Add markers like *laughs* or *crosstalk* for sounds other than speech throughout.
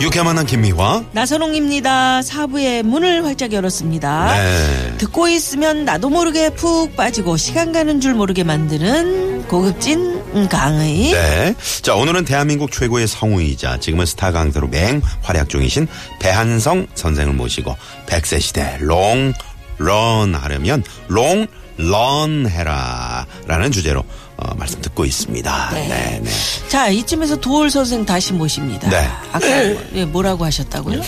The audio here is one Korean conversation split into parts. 유쾌한 만남 김미화. 나선홍입니다. 사부의 문을 활짝 열었습니다. 네. 듣고 있으면 나도 모르게 푹 빠지고 시간 가는 줄 모르게 만드는 고급진 강의. 네. 자, 오늘은 대한민국 최고의 성우이자 지금은 스타 강사로 맹 활약 중이신 배한성 선생을 모시고 100세 시대 롱, 런 하려면 롱, 런 해라. 라는 주제로 어, 말씀 듣고 있습니다. 네. 네. 자, 이쯤에서 도올 선생 다시 모십니다. 네. 아까 예, 뭐라고 하셨다고요?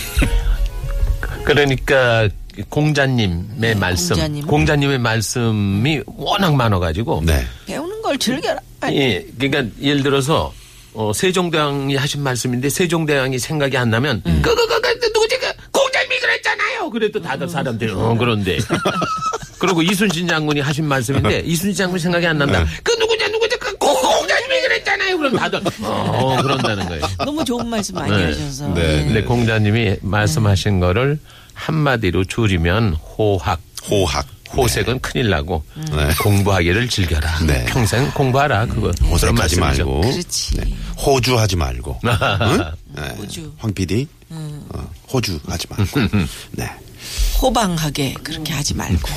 그러니까 공자님의 말씀, 네, 공자님. 의 말씀이 워낙 많아가지고, 네. 배우는 걸 즐겨라. 아니, 예, 그러니까 예를 들어서 어, 세종대왕이 하신 말씀인데 세종대왕이 생각이 안 나면 음. 그거 그거 그, 누구지 그 공자님이 그랬잖아요. 그래도 음. 다들 사람들이 어 *laughs* 그런데. 그리고 이순신 장군이 하신 말씀인데 이순신 장군 생각이 안 난다. 그 누구지 누구지 그 고- 공자님이 그랬잖아요. 그럼 다들 어 그런다는 거예요. 너무 좋은 말씀 많이 네. 하셔서. 네. 근데 공자님이 말씀하신 거를 한마디로 줄이면 호학. 호학. 호색은 큰일 나고 네. 공부하기를 즐겨라. 네. 음, 평생 공부하라 그거. 그런 호색하지 말씀이죠. 아, 말고. 그렇지. 네. 호주하지 말고. 응? 네. 호주. 음. 황 PD. 어, 호주하지 *laughs* 말고. 네. 호방하게 그렇게 하지 말고.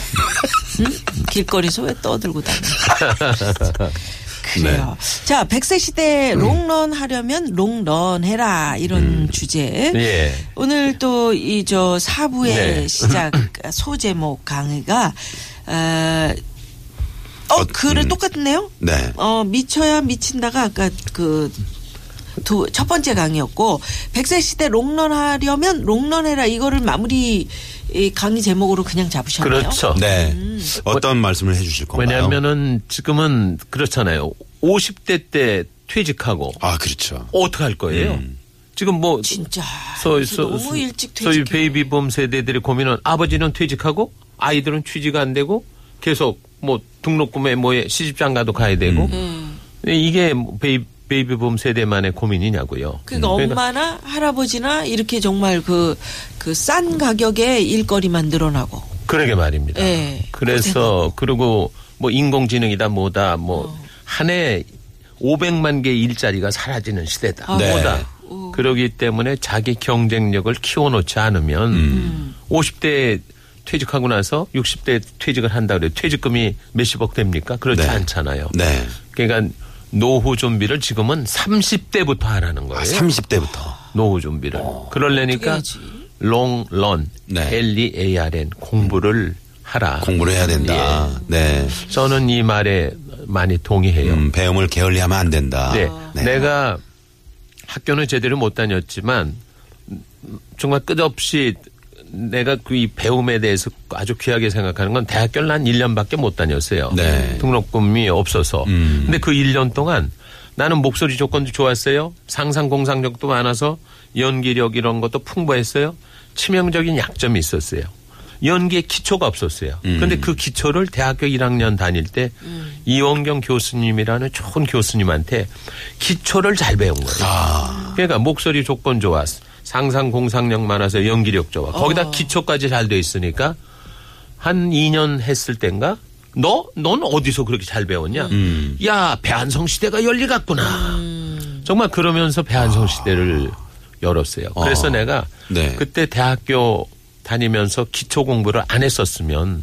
응? 길거리에서 왜 떠들고 다니는 그래요. 자, 100세 시대 롱런 하려면 롱런 해라. 이런 주제. 예. 오늘 또 이 저 사부의 네. 시작 소제목 강의가 어, 어, 어, 글은 음. 똑같네요. 네. 어 미쳐야 미친다가 아까 그 그두 첫 번째 강의였고 100세 시대 롱런 하려면 롱런 해라 이거를 마무리 이 강의 제목으로 그냥 잡으셨네요. 그렇죠. 네. 어떤 말씀을 해 주실 건가요? 왜냐하면은 지금은 그렇잖아요. 50대 때 퇴직하고 아, 그렇죠. 어떻게 할 거예요? 지금 뭐 진짜. 소, 그래서 소, 너무 일찍 소위 퇴직해. 베이비붐 세대들의 고민은 아버지는 퇴직하고 아이들은 취직 안 되고 계속 뭐 등록금에 뭐에 시집장 가도 가야 되고 음. 이게 뭐 베이, 베이비붐 세대만의 고민이냐고요. 그러니까 음. 엄마나 할아버지나 이렇게 정말 그 그 싼 가격에 일거리만 늘어나고 그러게 말입니다. 예. 그래서 그리고 뭐 인공지능이다 뭐다 뭐 한 해에 500만 개 일자리가 사라지는 시대다 아, 네. 뭐다. 그러기 때문에 자기 경쟁력을 키워놓지 않으면 50대 퇴직하고 나서 60대 퇴직을 한다 그래 퇴직금이 몇십억 됩니까? 그렇지 네. 않잖아요. 네. 그러니까 노후 준비를 지금은 30대부터 하라는 거예요. 아, 30대부터. 노후 준비를. 그러려니까 어, 어떻게 해야지? 롱런 네. E LEARN 공부를 하라. 공부를 해야 된다. 예. 네. 저는 이 말에 많이 동의해요. 음, 배움을 게을리하면 안 된다. 네. 아, 네. 내가 학교는 제대로 못 다녔지만 음, 정말 끝없이 내가 그 이 배움에 대해서 아주 귀하게 생각하는 건 대학교를 한 1년밖에 못 다녔어요. 네. 등록금이 없어서. 근데 그 1년 동안 나는 목소리 조건도 좋았어요. 상상 공상력도 많아서 연기력 이런 것도 풍부했어요. 치명적인 약점이 있었어요. 연기의 기초가 없었어요. 그런데 그 기초를 대학교 1학년 다닐 때 이원경 교수님이라는 좋은 교수님한테 기초를 잘 배운 거예요. 그러니까 목소리 조건 좋아, 상상 공상력 많아서 연기력 좋아. 거기다 기초까지 잘 돼 있으니까 한 2년 했을 땐가? 너? 넌 어디서 그렇게 잘 배웠냐? 야, 배한성 시대가 열리갔구나. 정말 그러면서 배한성 시대를 열었어요. 그래서 아. 내가 네. 그때 대학교 다니면서 기초 공부를 안 했었으면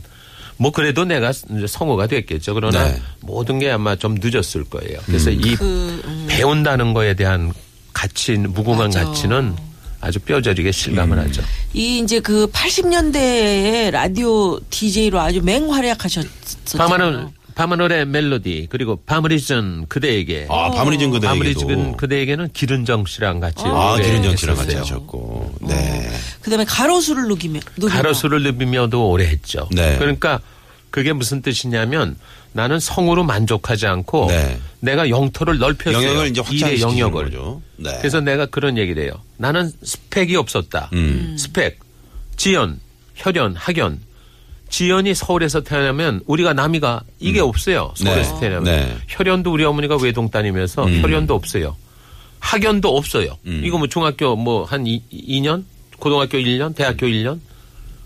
뭐 그래도 내가 이제 성우가 됐겠죠. 그러나 네. 음. 모든 게 아마 좀 늦었을 거예요. 그래서 이 배운다는 거에 대한 가치, 무궁한 맞아. 가치는 아주 뼈저리게 실감을 음. 하죠. 이 이제 그 80년대에 라디오 DJ로 아주 맹활약하셨었죠. 밤하늘, 밤하늘의 멜로디, 그리고 밤을 잊은 그대에게. 아, 바무리진 그대에게도. 밤을 잊은 그대에게는 기른정 씨랑 같이. 네. 아, 노래 기른정 씨랑 같이 했었어요. 음. 하셨고. 네. 그다음에 가로수를 누기며 누기며. 가로수를 누비며도 오래 했죠. 네. 그러니까 그게 무슨 뜻이냐면 나는 성으로 만족하지 않고 네. 내가 영토를 넓혔어요. 영역을 이제 일의 확장시키는 영역을. 거죠. 네. 그래서 내가 그런 얘기를 해요. 나는 스펙이 없었다. 음. 스펙, 지연, 혈연, 학연. 지연이 서울에서 태어나면 우리가 남이가 이게 없어요. 서울에서 네. 태어나면. 네. 음. 혈연도 우리 어머니가 외동 딸이면서 혈연도 없어요. 학연도 없어요. 이거 뭐 중학교 뭐 한 2년, 고등학교 1년, 대학교 1년.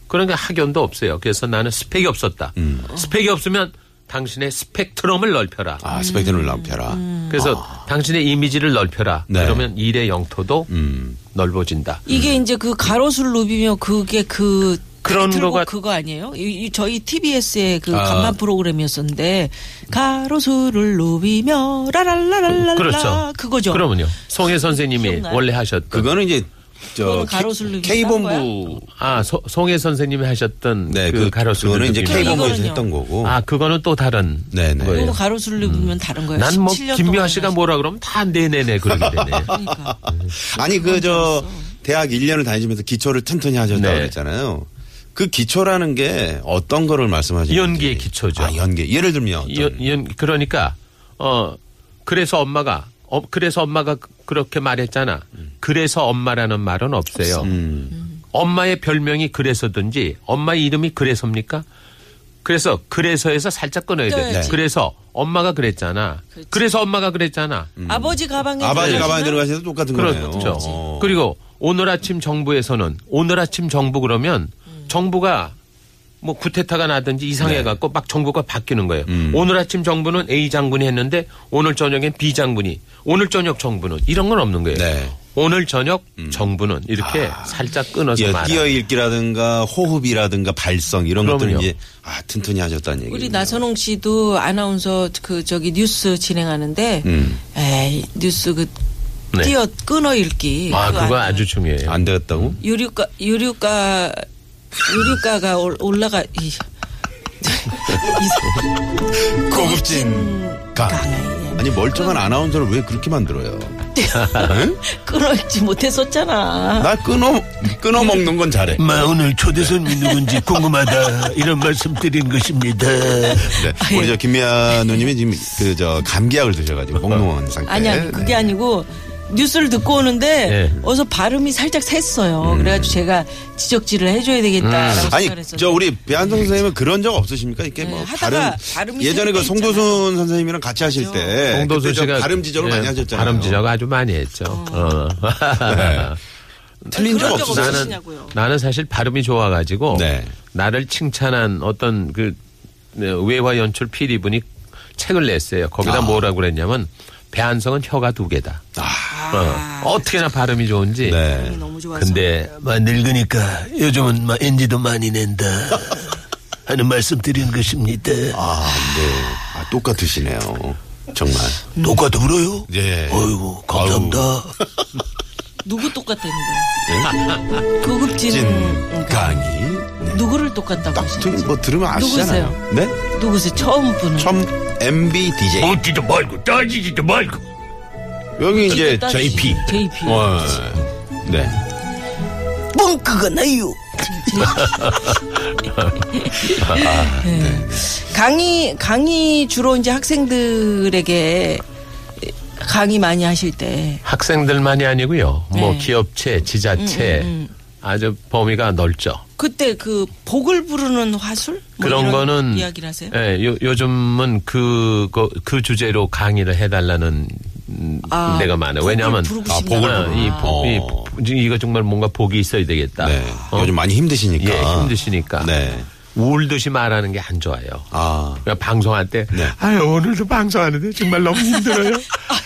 그러니까 학연도 없어요. 그래서 나는 스펙이 없었다. 음. 스펙이 없으면 당신의 스펙트럼을 넓혀라. 아, 스펙트럼을 음. 넓혀라. 그래서 당신의 이미지를 넓혀라. 네. 그러면 일의 영토도 음. 넓어진다. 이게 이제 그 가로수를 누비며 그게 그 음. 그런 타이틀곡 거가- 그거 아니에요? 이, 이 저희 TBS의 그 아. 간만 프로그램이었었는데 가로수를 누비며 라랄라랄라 그렇죠. 아, 그거죠. 그러면요. 송혜 선생님이 기억나요? 원래 하셨던 그거는 이제 저 그거는 가로수를 K- 위한 K본부 아 소- 송혜 선생님이 하셨던 네, 그 그, 가로수 그거는 이제 누비며. K본부- K본부에서 이거는요. 했던 거고. 아 그거는 또 다른 네네. 거예요. 그거 가로수를 누비면 다른 거예요. 난 뭐 17년 김미화 어, 동안 씨가 하신- 뭐라 그러면 다 네네네 그러게 되네. *laughs* 그러니까. 아니 그 저 대학 1년을 다니시면서 기초를 튼튼히 하셨다고 네. 그랬잖아요. 그 기초라는 게 어떤 거를 말씀하시는지. 연기의 기초죠. 아, 연기. 예를 들면 어떤. 연, 연- 그러니까 어 그래서 엄마가 어, 그래서 엄마가 그- 그렇게 말했잖아. 그래서 엄마라는 말은 없어요. 엄마의 별명이 그래서든지 엄마의 이름이 그래서입니까? 그래서 그래서에서 살짝 끊어야 돼. 끊어야지. 그래서 엄마가 그랬잖아. 그래서 엄마가 그랬잖아. 음. 아버지 가방에 아버지 들어가시면 가방에 들어가셔도 똑같은 거네요. 그렇죠. 어. 그리고 오늘 아침 정부에서는 오늘 아침 정부 그러면 정부가 뭐 구태타가 나든지 네. 이상해 갖고 막 정부가 바뀌는 거예요. 음. 오늘 아침 정부는 A 장군이 했는데 오늘 저녁엔 B 장군이 오늘 저녁 정부는 이런 건 없는 거예요. 네. 음. 오늘 저녁 정부는 이렇게 살짝 끊어서 예, 말하 뛰어읽기라든가 호흡이라든가 발성 이런 그럼요. 것들은 이제 아 튼튼히 하셨다는 얘기. 우리 나선홍 씨도 아나운서 그 저기 뉴스 진행하는데 음. 에이 뉴스 그 네. 띄어 끊어 읽기 아, 그거 아주 중요해요. 안 되겠다고? 유류가 유류가 유류가가 올- 올라가 이, 고급진 강. 아니 멀쩡한 아나운서를 왜 그렇게 *laughs* 만들어요? 응? 끊어 읽지 못했었잖아. 나 끊어 끊어 먹는 건 잘해. 마 오늘 초대손이 누군지 궁금하다 이런 말씀드린 것입니다. 네. 우리 저 김미아 누님이 지금 그 저 감기약을 어. 드셔가지고 몽롱한 상태. 아니 아니 그게 네. 아니고 뉴스를 듣고 오는데 네. 음. 어서 발음이 살짝 샜어요. 그래가지고 제가 지적질을 해줘야 되겠다라고 아니 생각을 했었는데 저 우리 배한성 선생님은 그런 적 없으십니까? 이렇게 네, 뭐 다른 하다가 발음이 예전에 그 생긴 게 송도순 선생님이랑 같이 하실 때 홍도수 예, 그때 저 씨가 발음 지적을 예, 많이 하셨잖아요. 네. 발음 지적 아주 많이 했죠. 어. 틀린 적 그런 적 없으세요? 나는 없으시냐고요. 나는 사실 발음이 좋아가지고 네. 나를 칭찬한 어떤 그 네, 외화 연출 PD 분이 책을 냈어요. 거기다 아. 뭐라고 그랬냐면 배한성은 혀가 두 개다. 어. 어떻게나 발음이 좋은지. 아. 네. 너무 좋아서 근데 마 늙으니까 요즘은 마 엔지도 많이 낸다 하는 말씀드린 것입니다. 아, 네. 아, 똑같으시네요. 정말. 똑같아 울어요? 음. 예. 어이구 감사합니다. 누구 똑같다는 네. 거야? 고급진 진 그러니까 강의. 누구를 똑같다고 딱, 하시는지 들- 뭐 들으면 아시잖아요. 네? 누구세요? 처음 분은 처음 MB DJ. 묻지도 말고 따지지도 말고 여기 이제 따지- JP. JP. 어, 네. 뻥크가 *laughs* 나요. 네. 네. 강의 강의 주로 이제 학생들에게 강의 많이 하실 때 학생들만이 아니고요. 뭐 네. 음, 기업체, 지자체 아주 범위가 넓죠. 그때 그 복을 부르는 화술 뭐 그런 이런 거는 이야기를 하세요? 예, 요, 요즘은 그, 그, 그 주제로 강의를 해달라는 음, 아, 데가 많아요. 복을 왜냐하면 부르고 아, 싶나 복을 보다. 이, 복- 이, 어. 복- 이거 정말 뭔가 복이 있어야 되겠다. 네. 어? 요즘 많이 힘드시니까. 예, 힘드시니까 네. 울듯이 말하는 게 안 좋아요. 아. 그러니까 방송할 때 네. 아유 오늘도 방송하는데 정말 *laughs* 너무 힘들어요.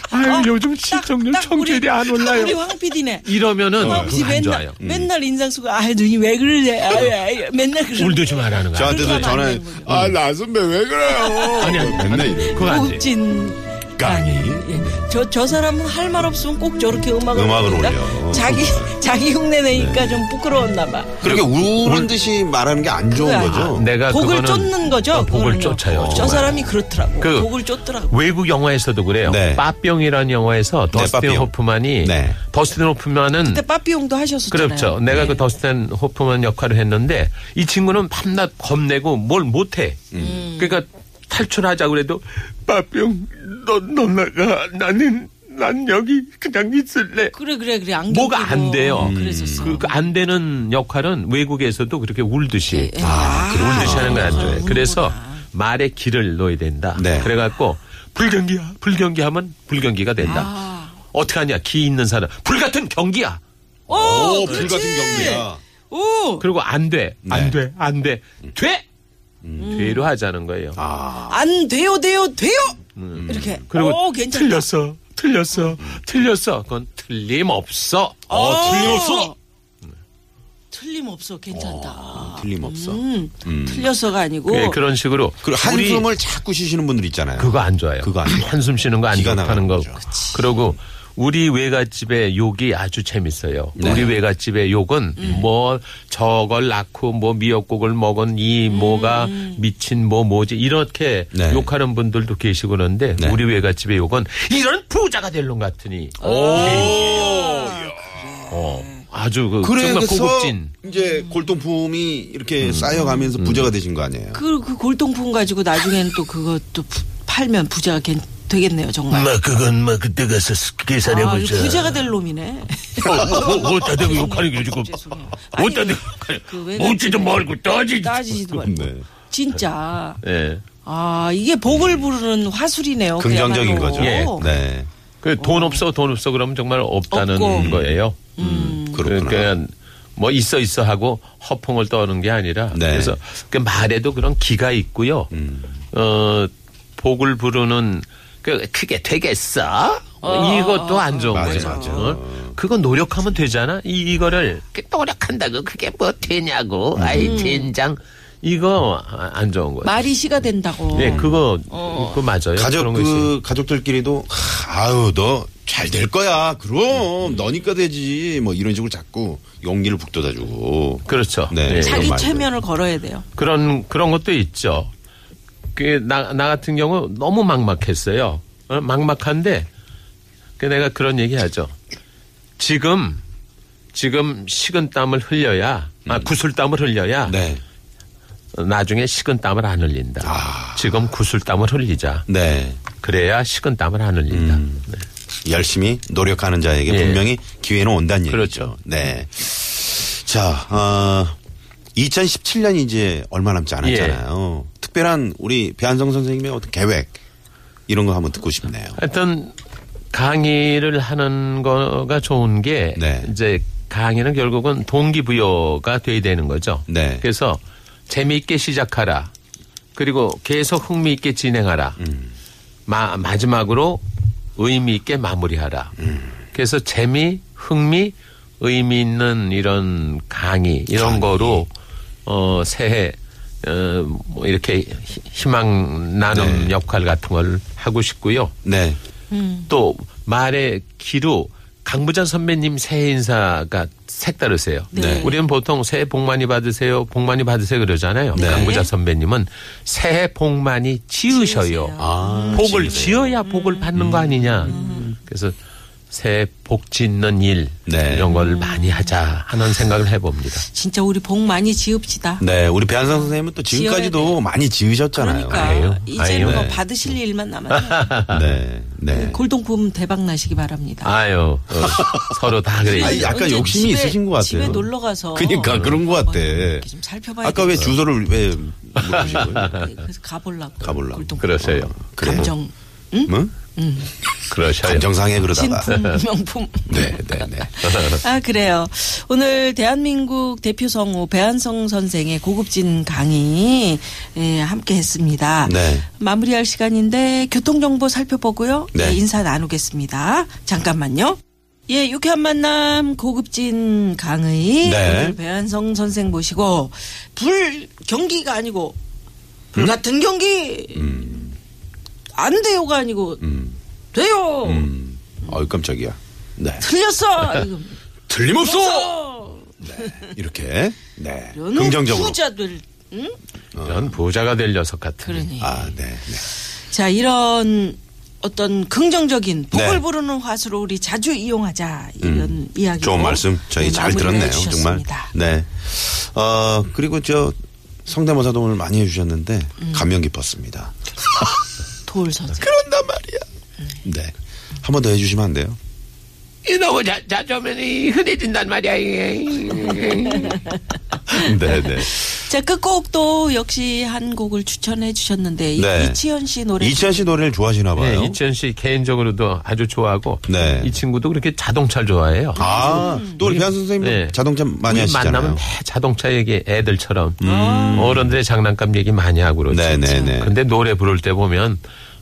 아유 요즘 시청률 딱 우리- 청취율이 안 올라요. 우리 황 PD네. 이러면은 황 그거 PD 안 맨날 좋아요. 음. 맨날 인상수가 아 눈이 왜 그러냐 아유, 아유, 맨날 그러 울듯이 말하는 거야. 저한테도 그렇게 하면 안 전에, 되는 거죠. 아, 나선배 왜 그래요? 아니, 아니, 맨날 이래. 그거 안 돼. 고급진 예. 깡이. 저, 저 사람은 할 말 없으면 꼭 저렇게 음악을, 음악을 올린다? 올려. *laughs* 자기, 자기 흉내 내니까 네. 좀 부끄러웠나 봐. 그렇게 우는 듯이 말하는 게 안 좋은 그거야. 거죠. 내가 복을 그거는 쫓는 거죠? 어, 복을 그거는요. 쫓아요. 저 정말. 사람이 그렇더라고. 그- 복을 쫓더라고. 외국 영화에서도 그래요. 네. 빠뿅이라는 영화에서 더스틴 빠뿅. 호프만이 네. 더스틴 호프만은 그때 빠삐용도 하셨었잖아요. 그렇죠. 내가 그 더스틴 호프만 역할을 했는데 이 친구는 밤낮 겁내고 뭘 못해. 음. 음. 그러니까 탈출하자 그래도 빠뿅 너너 나가 나는 난 여기 그냥 있을래. 그래 그래 그래 안경 뭐가 끼고. 음. 안 돼요. 음. 그랬었어. 그, 그안 되는 역할은 외국에서도 그렇게 울듯이 아, 그걸 울듯이 하는 건 안 돼. 그렇구나. 그래서 말에 길을 넣어야 된다. 네. 그래갖고 불경기야, 불경기하면 불경기가 된다. 아. 어떻게 하냐? 기 있는 사람 불 같은 경기야. 오, 오, 어, 불 그렇지. 같은 경우야. 오, 그리고 안 돼, 네. 음. 안 돼, 안 돼, 돼. 음. 되로 하자는 거예요. 아. 안 돼요 돼요 돼요. 이렇게. 음. 그리고 오, 괜찮다. 틀렸어, 틀렸어, 틀렸어. 그건 틀림없어. 오, 음. 틀림없어. 틀림없어. 괜찮다. 틀림없어. 음. 틀려서가 아니고 예, 음. 그런 식으로 그리고 우리- 한숨을 자꾸 쉬시는 분들 있잖아요. 그거 안 좋아요. 그거 안 좋아요. 한숨 쉬는 거 안 기가 좋다는 거. 나가는 거죠. 그러고 우리 외갓집의 욕이 아주 재밌어요. 네. 우리 외갓집의 욕은 음. 뭐 저걸 낳고 뭐 미역국을 먹은 이 뭐가 음. 미친 뭐 뭐지 이렇게 네. 욕하는 분들도 계시고 그런데 네. 우리 외갓집의 욕은 이런 부자가 될 놈 같으니 어, 아주 그 정말 그래서 고급진 이제 골동품이 이렇게 쌓여가면서 부자가 되신 거 아니에요? 그, 그 골동품 가지고 나중에는 또 그것도 부- 팔면 부자가 괜- 되겠네요 정말. 마 그건 마 그때 가서 계산해 아, 보자. 이거 부자가 될 놈이네. 어, 뭐다 대고 욕하는 게 지금. 죄송해요. 아니, 뭐다 대고 그 욕하는. 외국- 뭔지도 뭐 모르고 떠지. 따지지도 말고. 네. 진짜. 예. 아 이게 복을 부르는 화술이네요. 긍정적인 그야말로. 거죠. 예. 네. 그 돈 없어 돈 없어 그러면 정말 없다는 음. 없고. 거예요. 음. 그렇구나. 그러니까 뭐 있어 있어 하고 허풍을 떠는 게 아니라 네. 음. 그래서 그 말에도 그런 기가 있고요. 어 복을 부르는 그 크게 되겠어. 어, 이것도 안 좋은 맞아, 거예요. 맞아. 어? 그거 노력하면 되잖아. 이 이거를 그 노력한다고 그게 뭐 되냐고. 음. 아이 젠장. 이거 아, 안 좋은 거예요. 말이 시가 된다고. 예, 그거 그거 맞아요. 가족 네, 그런 거 있어요. 그 가족들끼리도 하, 아유 너 잘 될 거야. 그럼 너니까 되지. 뭐 이런 식으로 자꾸 용기를 북돋아주고. 그렇죠. 네. 예. 자기 이런 말들. 최면을 걸어야 돼요. 그런 그런 것도 있죠. 그나나 같은 경우 너무 막막했어요. 어, 막막한데 그 내가 그런 얘기하죠. 지금 지금 식은 땀을 흘려야 아 구슬 땀을 흘려야 네. 나중에 식은 땀을 안 흘린다. 아. 지금 구슬 땀을 흘리자. 네. 그래야 식은 땀을 안 흘린다. 네. 열심히 노력하는 자에게 예. 분명히 기회는 온다는 얘기죠. 그렇죠. 네. 자, 아 2017년 이제 얼마 남지 않았잖아요. 특별한 우리 배한성 선생님의 어떤 계획 이런 거 한번 듣고 싶네요. 하여튼 강의를 하는 거가 좋은 게 네. 이제 강의는 결국은 동기부여가 돼야 되는 거죠. 네. 그래서 재미있게 시작하라. 그리고 계속 흥미있게 진행하라. 음. 마, 마지막으로 의미 있게 마무리하라. 음. 그래서 재미, 흥미, 의미 있는 이런 강의 이런 거로 어 새해 어뭐 이렇게 희- 희망 나눔 네. 역할 같은 걸 하고 싶고요. 네. 또 말의 기로 강부장 선배님 새해 인사가 색다르세요. 네. 우리는 보통 새해 복 많이 받으세요, 복 많이 받으세요 그러잖아요. 네. 강부장 선배님은 새해 복 많이 지으셔요. 아, 지으세요. 복을 지어야 음. 복을 받는 거 아니냐. 그래서 새해 복 짓는 일 네. 이런 걸 많이 하자 하는 생각을 해봅니다. 진짜 우리 복 많이 지읍시다. 네, 우리 배한성 선생님은 또 지어야 지금까지도 많이 지으셨잖아요. 그러니까 아니에요? 이제는 아니에요? 뭐 네. 받으실 일만 남았어요. 네, *laughs* 네. 골동품 대박 나시기 바랍니다. 아유 어, 서로 다 그래요. 아니, 약간 언제 욕심이 있으신 것 같아요. 집에 놀러 가서 그러니까 그런 것 같아. 이렇게 좀 살펴봐야 아까 왜 되겠어요. 주소를 왜 *laughs* 물어보시고요? 예, 그래서 가보려고. 가보려고. 골동품. 그러세요. 그래요? 감정 뭐? 그러셔요. 어. 감정상해 그러다가. 진품 *laughs* 명품. 네, 네, 네. *laughs* 아 그래요. 오늘 대한민국 대표 성우 배한성 선생의 고급진 강의 예, 함께했습니다. 네. 마무리할 시간인데 교통 정보 살펴보고요. 네. 예, 인사 나누겠습니다. 잠깐만요. 예, 유쾌한 만남 고급진 강의 네. 오늘 배한성 선생 모시고 불 경기가 음? 음. 아니고 불 같은 경기 안 돼요가 아니고 돼요. 어이 깜짝이야. 네. *laughs* 틀렸어. 이거 틀림없어. 네. 이렇게 네. 이런 긍정적으로. 부자들. 응? 이런 부자가 될 녀석 같은. 그러니. 아, 네. 네. 자 이런 어떤 긍정적인 복을 네. 음. 부르는 화수로 우리 자주 이용하자 이런 이야기. 좋은 말씀 저희 잘 들었네요. 정말. 네. 어, 그리고 저 성대모사 도움을 많이 해 주셨는데 감명 깊었습니다. 돌 선생. 음. 그런단 말이야. 네. 한 번 더 해 주시면 안 *laughs* 돼요? 이러고 자, 자주 하면 흔해진단 말이야. 네, 네. 자그 끝곡도 역시 한 곡을 추천해 주셨는데 이 네. 이치현 씨 노래. 이치현 씨 노래를 좋아하시나 봐요. 네, 이천 씨 개인적으로도 아주 좋아하고 네. 이 친구도 그렇게 자동차를 좋아해요. 아, 또 우리 배한 선생님도 네. 자동차 많이 우리 하시잖아요. 만나면 음. 매 자동차 얘기 애들처럼 어른들의 장난감 얘기 많이 하고 그러죠. 네네네. 근데 노래 부를 때 보면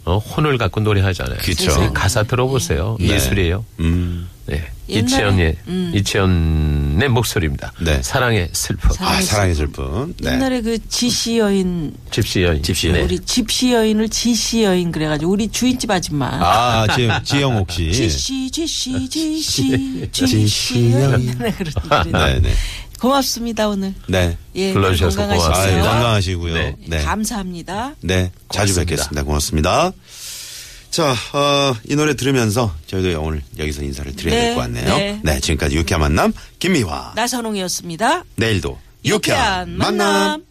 어, 혼을 갖고 노래하잖아요. 그쵸. 그 가사 들어보세요. 네. 예술이에요. 음. 네. 옛날에, 음. 이채연의 이채연의 목소리입니다. 네. 사랑의 슬픔. 아, 사랑의 슬픔. 네. 예. 옛날에 그 지시 여인 집시 여인. 집시 여인. 우리 집시 여인을 지시 여인 그래가지고 우리 주인집 아줌마. 아, 지영, 지영옥 씨. 지시 지시 지시 지시 지시 여인. 네, 그렇게 네, 그래요. 네. 고맙습니다 오늘. 네. 예, 불러주셔서 아유, 고맙습니다. 건강하시고요. 건강하시고요. 네. 네. 감사합니다. 네, 자주 고맙습니다. 뵙겠습니다. 고맙습니다. 자, 어, 이 노래 들으면서 저희도 오늘 여기서 인사를 드려야 네, 될 것 같네요. 네. 지금까지 유쾌한 만남 김미화. 나선홍이었습니다. 내일도 유쾌한, 유쾌한 만남. 만남.